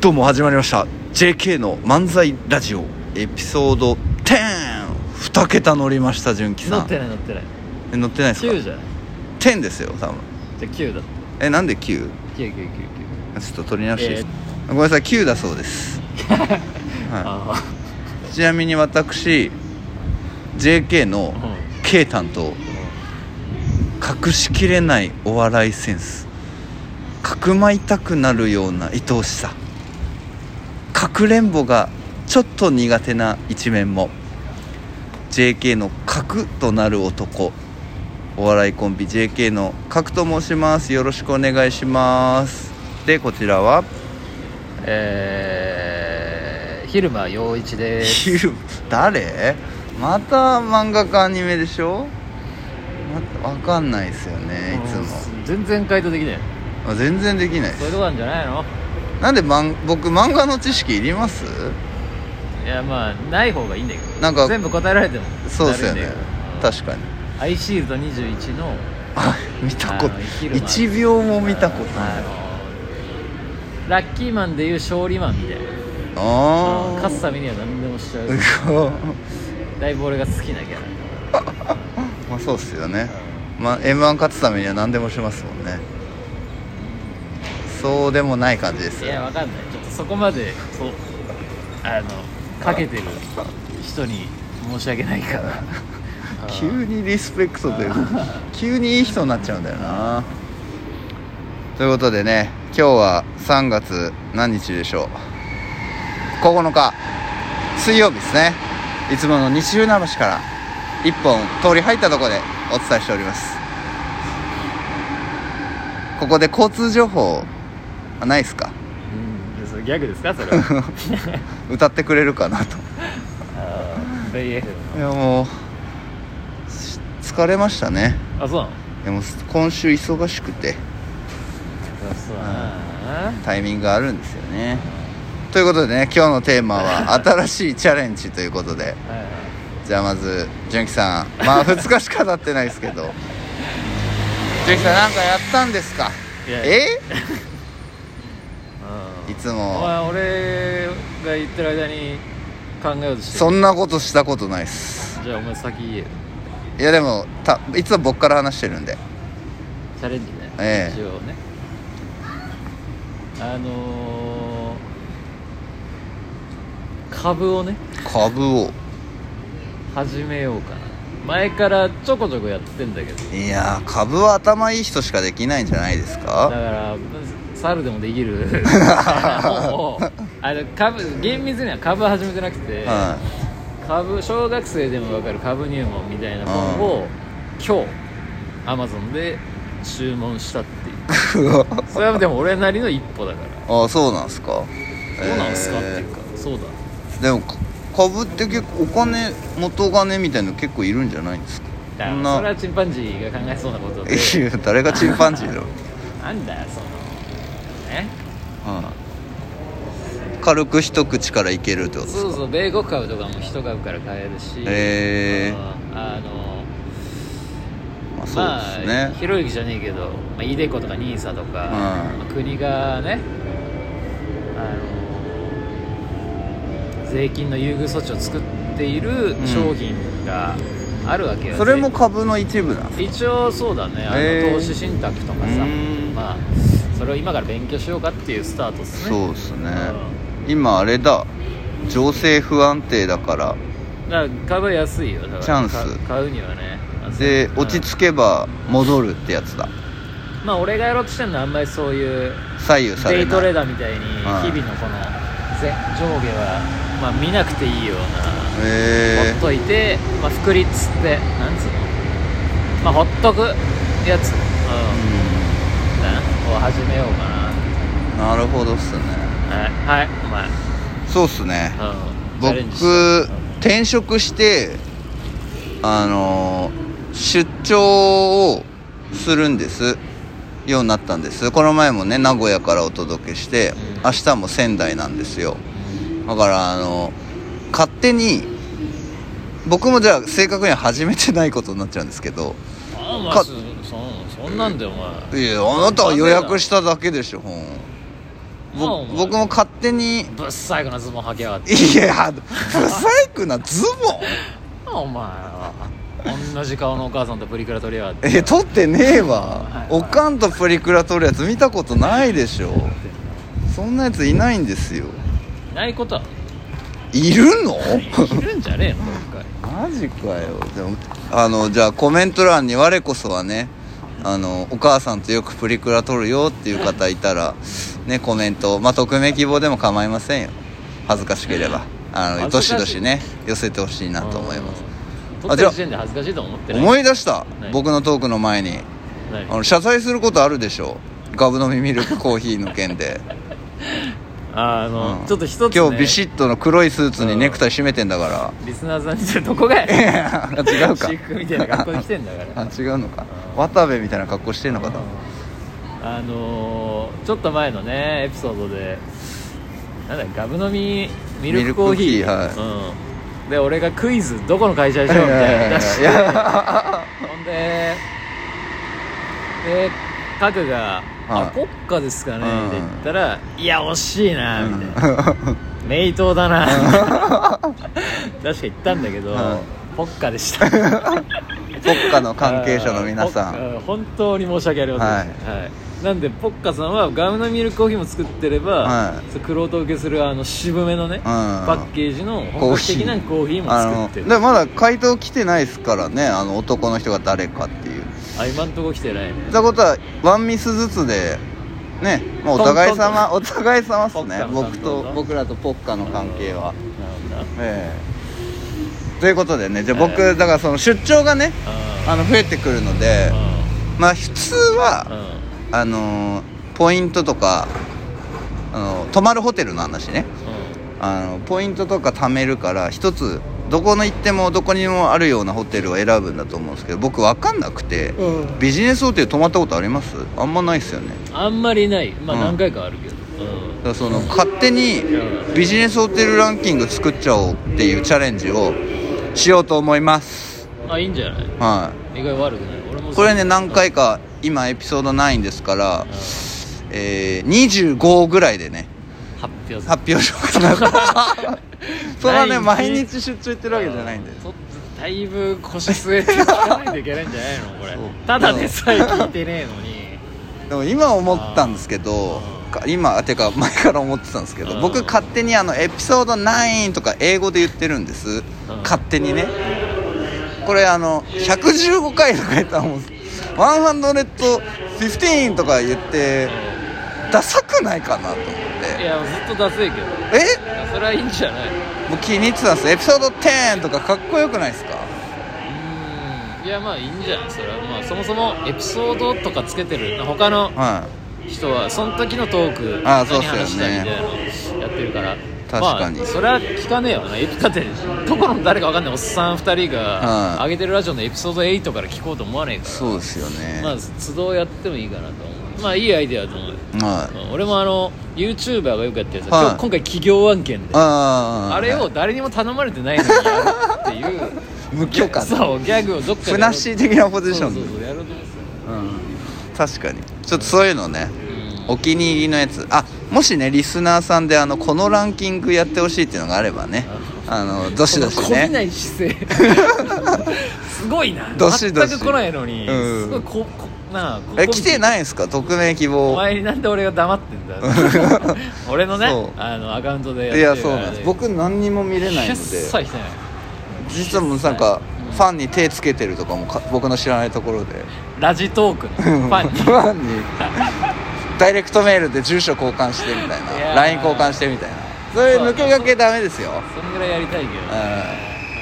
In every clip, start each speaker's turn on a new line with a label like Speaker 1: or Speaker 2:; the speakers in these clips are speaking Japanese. Speaker 1: どうも始まりました JK の漫才ラジオエピソード102桁乗りました純喜
Speaker 2: 乗
Speaker 1: さん
Speaker 2: ってない乗ってない
Speaker 1: え乗ってないですか
Speaker 2: 9じゃない
Speaker 1: 10ですよ多分
Speaker 2: じゃあ9だって
Speaker 1: えなんで 9?
Speaker 2: 9999
Speaker 1: ちょっと取り直していいですか、ごめんなさい9だそうです、は
Speaker 2: あ
Speaker 1: い、ちなみに私 JK の
Speaker 2: あ
Speaker 1: K 担当隠しきれないお笑いセンスかくまいたくなるような愛おしさかくれんぼがちょっと苦手な一面も JK の核となる男お笑いコンビ JK の核と申しますよろしくお願いしますでこちらは
Speaker 2: えー、昼間陽一です
Speaker 1: ヒル誰また漫画家アニメでしょまたわかんないですよねいつも
Speaker 2: うん全然回答できない
Speaker 1: あ全然できないです
Speaker 2: そういうとこなんじゃないの
Speaker 1: なんでマン僕漫画の知識いります
Speaker 2: いやまあない方がいいんだけど
Speaker 1: なんか
Speaker 2: 全部答えられても
Speaker 1: そうですよね
Speaker 2: か
Speaker 1: 確かに
Speaker 2: アイシールド21の
Speaker 1: あ見たこと
Speaker 2: あの生きる前
Speaker 1: 1秒も見たことない
Speaker 2: あのラッキーマンでいう勝利マンみたいな
Speaker 1: ああ
Speaker 2: 勝つためには何でもしちゃうだいぶ俺が好きなキャラ
Speaker 1: まあそうっすよね、まあ、m 1勝つためには何でもしますもんねそうでもない感じです
Speaker 2: い
Speaker 1: よ
Speaker 2: やわかんないちょっとそこまでそうあのかけてる人に申し訳ないから
Speaker 1: 急にリスペクトというか急にいい人になっちゃうんだよなということでね今日は3月何日でしょう9日水曜日ですねいつもの西船橋から1本通り入ったところでお伝えしておりますここで交通情報はないですか
Speaker 2: うんそれギャグですかそれは
Speaker 1: 歌ってくれるかなと
Speaker 2: あー VF
Speaker 1: いやもうし疲れましたね
Speaker 2: のあそうなの
Speaker 1: いやもう今週忙しくて
Speaker 2: そうだな
Speaker 1: タイミングがあるんですよねということでね今日のテーマ は新しいチャレンジということでじゃあまず純喜さん まあ2日しか経ってないですけど純喜さんなんかやったんですか
Speaker 2: いや
Speaker 1: え
Speaker 2: うん
Speaker 1: いつ
Speaker 2: お
Speaker 1: も
Speaker 2: 前俺が言ってる間に考えようとしてる
Speaker 1: そんなことしたことないっす
Speaker 2: じゃあお前先言えよ
Speaker 1: いやでもたいつも僕から話してるんで
Speaker 2: チャレンジね、
Speaker 1: ええ
Speaker 2: 一応ねあのー、株をね
Speaker 1: 株を
Speaker 2: 始めようかな前からちょこちょこやってんだけど
Speaker 1: いやー株は頭いい人しかできないんじゃないです
Speaker 2: だか
Speaker 1: から
Speaker 2: 猿でもで きるもうあの株厳密には株始めてなくて、
Speaker 1: は
Speaker 2: 株小学生でも分かる株入門みたいな本を今日アマゾンで注文したっていう
Speaker 1: い
Speaker 2: それはでも俺なりの一歩だか
Speaker 1: ああそうなんすか
Speaker 2: らそうなんすかって
Speaker 1: えー
Speaker 2: いうかそうだ
Speaker 1: でもか株って結構お金元金みたいなの結構いるんじゃないんですか
Speaker 2: だか
Speaker 1: そん
Speaker 2: らそれ
Speaker 1: な
Speaker 2: はチンパンジーが考えそうなことで
Speaker 1: いや誰がチンパンジーだろ、
Speaker 2: なんだよそのね
Speaker 1: うん軽く一口からいけるってことです
Speaker 2: そうそう米国株とかも1株から買えるし
Speaker 1: へえ
Speaker 2: あの
Speaker 1: まあ
Speaker 2: ま
Speaker 1: そう
Speaker 2: あ、
Speaker 1: ですね、
Speaker 2: 広いじゃねえけど、まあ、イデコとかニーサとか、まあ国がねあの税金の優遇措置を作っている
Speaker 1: ん
Speaker 2: 商品があるわけよ、
Speaker 1: それも株の一部なんです
Speaker 2: 一応そうだねあの、
Speaker 1: へえ
Speaker 2: 投資信託とか
Speaker 1: う
Speaker 2: さ
Speaker 1: ん
Speaker 2: まあそれを今から勉強しようかっていうスタートですね
Speaker 1: そうですね今あれだ情勢不安定だから
Speaker 2: うんだから株安いよだから
Speaker 1: チャンス
Speaker 2: か買うにはねあそう
Speaker 1: で
Speaker 2: うん
Speaker 1: 落ち着けば戻るってやつだ
Speaker 2: まあ俺がやろうとしてるのはあんまりそういう
Speaker 1: 左右さ
Speaker 2: デ
Speaker 1: れ
Speaker 2: イトレ
Speaker 1: ない
Speaker 2: ーダーみたいに
Speaker 1: はい
Speaker 2: 日々のこのぜ上下は、まあ、見なくていいような、
Speaker 1: へ
Speaker 2: ほっといて、まあ、複利っつってなんつうのまあほっとくやつ、うん
Speaker 1: え
Speaker 2: だなを始めようか
Speaker 1: なるほどっすね
Speaker 2: なはい、はい、お前、
Speaker 1: そうっすね
Speaker 2: うん、チャレンジ
Speaker 1: 僕転職
Speaker 2: して
Speaker 1: してあのー出張をするんですようになったんですこの前もね名古屋からお届けして
Speaker 2: うん
Speaker 1: 明日も仙台なんですよだからあの勝手に僕もじゃあ正確には始めてないことになっちゃうんですけど
Speaker 2: うんあお前
Speaker 1: か
Speaker 2: そそんそんなんでお前
Speaker 1: いやあなたは予約しただけでしょ本ぼ
Speaker 2: あお前
Speaker 1: 僕も勝手に
Speaker 2: ぶっさいくなズボン履きやがって
Speaker 1: いや不細工なズボン
Speaker 2: あお前は同じ顔のお母さんとプリクラ取りやがって
Speaker 1: え撮ってねえ
Speaker 2: は
Speaker 1: わ
Speaker 2: いはい
Speaker 1: おかんとプリクラ撮るやつ見たことないでしょそんなやついないんですよ
Speaker 2: いないことはい
Speaker 1: る の
Speaker 2: いるんじゃねえのどっかに
Speaker 1: マジかよでもあのじゃあコメント欄に我こそはねあのお母さんとよくプリクラ撮るよっていう方いたらねコメントまあ匿名希望でも構いませんよ恥ずかしければあのど
Speaker 2: 恥ず
Speaker 1: し
Speaker 2: かし
Speaker 1: ど
Speaker 2: い
Speaker 1: しね寄せてほしいなと思います
Speaker 2: うん撮
Speaker 1: あ
Speaker 2: っ
Speaker 1: じ
Speaker 2: て
Speaker 1: ゃあ
Speaker 2: る時点で恥ずかしいと思ってない
Speaker 1: 思い出した
Speaker 2: 何
Speaker 1: 僕のトークの前に
Speaker 2: 何
Speaker 1: あの謝罪することあるでしょガブ飲みミルクコーヒーの件で
Speaker 2: あ あの、
Speaker 1: うん
Speaker 2: ちょっと一つ、ね、
Speaker 1: 今日ビシッとの黒いスーツにネクタイ締めてんだ か
Speaker 2: リスナーさんにちょっとどこがや
Speaker 1: ら違うか
Speaker 2: 私服みたいな格好に来てんだから
Speaker 1: あ違うのか
Speaker 2: うん
Speaker 1: 渡部みたいな格好してんのかと
Speaker 2: あのーちょっと前のねエピソードでなんだガブ飲みミルクコーヒー
Speaker 1: ミルクコーヒ
Speaker 2: うん、で俺がクイズどこの会社でしょうみたいなの出し
Speaker 1: い
Speaker 2: て
Speaker 1: やいやいや
Speaker 2: ほんででカクが「あ
Speaker 1: はい
Speaker 2: 国家ですかね」
Speaker 1: うん
Speaker 2: って言ったら「いや惜しいな」みたいな。
Speaker 1: うん
Speaker 2: 名刀 だな確か言ったんだけど、
Speaker 1: はい
Speaker 2: ポッカでした
Speaker 1: 国家の 関係者の皆さ
Speaker 2: あ
Speaker 1: ん
Speaker 2: ーポッカ本当に申し訳ありません、はいなんでポッカさんはガムのミルクコーヒーも作ってれば、
Speaker 1: はい
Speaker 2: そう玄人受けするあの渋めのね、パッケージの
Speaker 1: コー
Speaker 2: 本格
Speaker 1: ヒー
Speaker 2: 的なコーヒーも
Speaker 1: あ
Speaker 2: 作
Speaker 1: の
Speaker 2: って
Speaker 1: で
Speaker 2: る
Speaker 1: まだ回答来てないですからねあの男の人が誰かっていう
Speaker 2: あ今んとこ来てないね
Speaker 1: ってことはワンミスずつでねまあお互い様お互い様っすね
Speaker 2: ポッカの
Speaker 1: 僕と
Speaker 2: 担当
Speaker 1: 僕らとポッカの関係は
Speaker 2: なるほどな
Speaker 1: ええということでねじゃあ僕、
Speaker 2: ええ
Speaker 1: だからその出張がね
Speaker 2: あ
Speaker 1: あの増えてくるので
Speaker 2: ー
Speaker 1: まあ普通
Speaker 2: うん
Speaker 1: は
Speaker 2: うん
Speaker 1: あのーポイントとかあの泊まるホテルの話ねあのポイントとか貯めるから一つどこの行ってもどこにもあるようなホテルを選ぶんだと思うんですけど僕分かんなくて、
Speaker 2: うんうん
Speaker 1: ビジネスホテル泊まったことありますあんまないっすよね
Speaker 2: あんまりないまあ
Speaker 1: うん
Speaker 2: 何回かあるけど、う
Speaker 1: だ
Speaker 2: ん
Speaker 1: からその勝手に
Speaker 2: うん
Speaker 1: ビジネスホテルランキング作っちゃおうっていうチャレンジをしようと思います
Speaker 2: あいいんじゃない
Speaker 1: は
Speaker 2: 意外悪くない
Speaker 1: い
Speaker 2: 俺もそう
Speaker 1: これね何回か今エピソード9ですから
Speaker 2: うん、
Speaker 1: えー、25ぐらいでね
Speaker 2: 発表する
Speaker 1: 発表しようかな とそんなね
Speaker 2: 毎
Speaker 1: 毎
Speaker 2: 日
Speaker 1: 日出張行ってるわけじゃないんで
Speaker 2: ちょっとだいぶ腰据えて聞かないといけないんじゃないのこれ
Speaker 1: そう
Speaker 2: ただでさえ聞いてねえのに
Speaker 1: でも今思ったんですけど
Speaker 2: あ
Speaker 1: か今てか 前から思ってたんですけ
Speaker 2: う
Speaker 1: ど
Speaker 2: ん
Speaker 1: 僕勝手にあのエピソード9とか英語で言ってるんです
Speaker 2: うん
Speaker 1: 勝手にねこれあの115回とか言ったらもう115とか言ってダサくないかなと思って
Speaker 2: いやずっとダセえけど
Speaker 1: え
Speaker 2: それはいいんじゃない
Speaker 1: もう気に入ってたんですエピソード10とかかっこよくないですか
Speaker 2: うーんいやまあいいんじゃないそれはまあそもそもエピソードとかつけてる他の
Speaker 1: は
Speaker 2: 人はその時のトーク
Speaker 1: あー
Speaker 2: 何
Speaker 1: そうっすよね
Speaker 2: 話したみたいなのやってるから
Speaker 1: 確かに
Speaker 2: まあ、それは聞かねえよなエピだってどこの誰かわかんないおっさん2人
Speaker 1: う
Speaker 2: が
Speaker 1: ん
Speaker 2: 上げてるラジオのエピソード8から聞こうと思わねえ
Speaker 1: い
Speaker 2: から
Speaker 1: そうですよね
Speaker 2: まあ都度やってもいいかなと思うまあいいアイデアだと思うよ
Speaker 1: はい
Speaker 2: うん俺もあの YouTuber がよくやってるやつ、
Speaker 1: はい
Speaker 2: 今日今回企業案件であ
Speaker 1: あー
Speaker 2: れを誰にも頼まれてないのにやる っていう
Speaker 1: 無許可な
Speaker 2: そうギャグをどっかで
Speaker 1: ふなっしー的なポジションで
Speaker 2: そうそうそうやろうと思ってたよ
Speaker 1: うん確かにちょっとそういうのね
Speaker 2: うん
Speaker 1: お気に入りのやつあもしねリスナーさんであのこのランキングやってほしいっていうのがあればねあのどしどし
Speaker 2: こびな
Speaker 1: ね
Speaker 2: い姿勢 すごいな
Speaker 1: どしどし
Speaker 2: 全く来ないのに、
Speaker 1: うん
Speaker 2: すごいここなあこ
Speaker 1: え来て
Speaker 2: い
Speaker 1: ないんすか匿名希
Speaker 2: お
Speaker 1: 望
Speaker 2: 前になんで俺が黙ってん だ俺のね
Speaker 1: そう
Speaker 2: あのアカウントでやっ
Speaker 1: い
Speaker 2: てる
Speaker 1: や
Speaker 2: あれ
Speaker 1: そうなんです僕何にも見れないので
Speaker 2: 一切来てない
Speaker 1: 実はもうなんか
Speaker 2: うん
Speaker 1: ファンに手つけてるとかもか僕の知らないところで
Speaker 2: ラジトークのファン に
Speaker 1: ファンにダイレクトメールで住所交換してみたい
Speaker 2: いや
Speaker 1: な
Speaker 2: ー
Speaker 1: LINE 交換してみたいなそういう抜け駆けダメですよ
Speaker 2: そんぐらいやりたいけど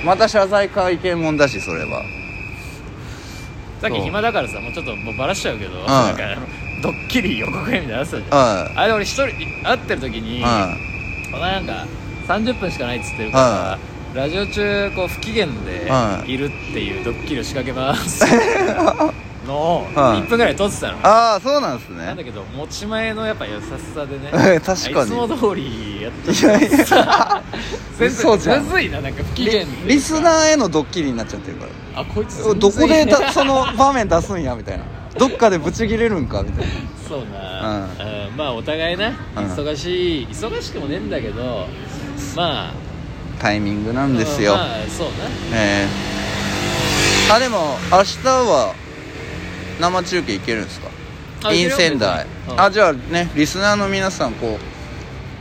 Speaker 1: うんまた謝罪会見もんだしそれは
Speaker 2: さっき
Speaker 1: そう
Speaker 2: 暇だからさもうちょっともうバラしちゃうけど、
Speaker 1: ん
Speaker 2: なんかあのドッキリ予告編みたいなのあったじゃん
Speaker 1: は
Speaker 2: あれ俺一人会ってる時
Speaker 1: い
Speaker 2: に、
Speaker 1: はい
Speaker 2: お前なんか30分しかないっつってるから、
Speaker 1: は
Speaker 2: ラジオ中こう不機嫌
Speaker 1: は
Speaker 2: で
Speaker 1: い
Speaker 2: いるっていうドッキリを仕掛けます のを
Speaker 1: はい
Speaker 2: 1分ぐらい撮ってたの、
Speaker 1: ああそうなんです
Speaker 2: なんだ
Speaker 1: ね
Speaker 2: けど持ち前のやっぱ優しさでね
Speaker 1: 確かに
Speaker 2: あいつも通りやっ
Speaker 1: いやいや
Speaker 2: てた全然
Speaker 1: 嘘じゃん
Speaker 2: むずいななんか不機
Speaker 1: リ
Speaker 2: 嫌
Speaker 1: リスナーへのドッキリになっちゃってるか
Speaker 2: ーあこいつ
Speaker 1: らどこで
Speaker 2: 全然
Speaker 1: だその場面出すんやみたいなどっかでブチギレるんかみたい
Speaker 2: そうな、うんうんまあお互いな忙しい忙しくもねえんだけどまあ
Speaker 1: タイミングなんですよ、
Speaker 2: うんまあそうな
Speaker 1: えーあでも明日は生中継いけるんですか
Speaker 2: あ
Speaker 1: イン仙台
Speaker 2: いけるよ
Speaker 1: あじゃあねリスナーの皆さんこ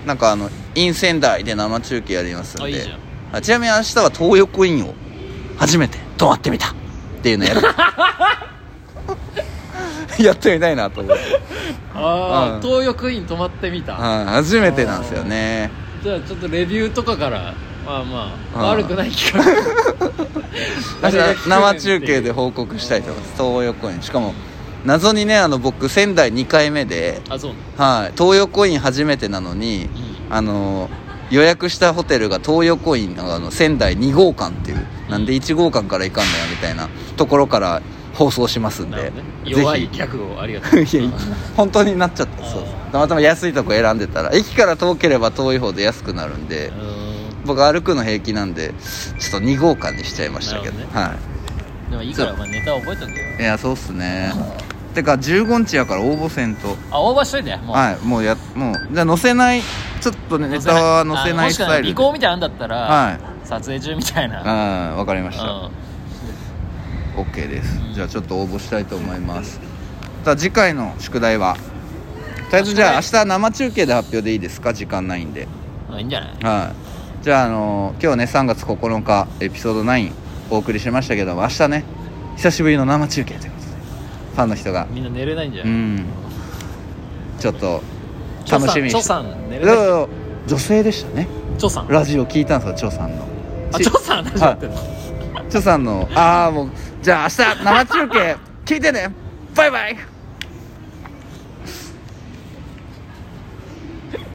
Speaker 1: うなんかあのイン仙台で生中継やりますんで
Speaker 2: あいいじゃん
Speaker 1: あちなみに明日は東横インを初めて泊まってみたっていうのやる やってみたいなと思って、
Speaker 2: あ
Speaker 1: う
Speaker 2: あ
Speaker 1: ん
Speaker 2: 東横イン泊まってみた
Speaker 1: はい初めてなんですよね
Speaker 2: じゃあちょっとレビューとかからまあまあ
Speaker 1: うん
Speaker 2: 悪くない企画
Speaker 1: 明日
Speaker 2: 誰が聞くね
Speaker 1: 生
Speaker 2: んっていう
Speaker 1: 中継で報告したいと思います東横インしかも謎にねあの僕仙台2回目で
Speaker 2: あそうな
Speaker 1: はい、東横イン初めてなのに、
Speaker 2: うん
Speaker 1: あの予約したホテルが東横インのあの仙台2号館っていうなんで1号館から行かんのやみたいなところから放送しますん
Speaker 2: のな
Speaker 1: で、
Speaker 2: るほどね
Speaker 1: ぜひ
Speaker 2: 弱い逆をありがと う
Speaker 1: いやいや本当になっちゃったそう
Speaker 2: あー
Speaker 1: たまたま安いとこ選んでたら駅から遠ければ遠いほど安くなるんで
Speaker 2: う、ん
Speaker 1: 僕歩くの平気なんでちょっと2号館にしちゃいましたけど
Speaker 2: なるほ
Speaker 1: は
Speaker 2: でもいいからお前ネタ覚えとけよ
Speaker 1: いいやそうっすねてか15日やから応募せんと
Speaker 2: あ応募しといてもう
Speaker 1: はいもうやもうじゃあ載せないちょっとねネタは載せないスタイル
Speaker 2: 移
Speaker 1: で
Speaker 2: 行みたいなんだったら、
Speaker 1: はい
Speaker 2: 撮影中みたいな
Speaker 1: ああわかりました
Speaker 2: うん
Speaker 1: OK です
Speaker 2: うん
Speaker 1: じゃあちょっと応募したいと思いますさあ次回の宿題はとりあえずじゃあ明日生中継で発表でいいですか時間ないんで
Speaker 2: まあいいんじゃない
Speaker 1: はいじゃああのー今日ね3月9日エピソード9お送りしましたけども明日ね久しぶりの生中継ということでファンの人が
Speaker 2: みんな寝れないんじゃ
Speaker 1: う
Speaker 2: ない、
Speaker 1: んちょっと
Speaker 2: チョさん
Speaker 1: 楽しみに
Speaker 2: チョ
Speaker 1: して
Speaker 2: さん寝れない
Speaker 1: 女性でしたね
Speaker 2: チョさん
Speaker 1: ラジオ聞いたんですよ張さんの
Speaker 2: あチョさん何やってんの、
Speaker 1: チョさんのああもうじゃあ明日生中継聞いてねバイバイ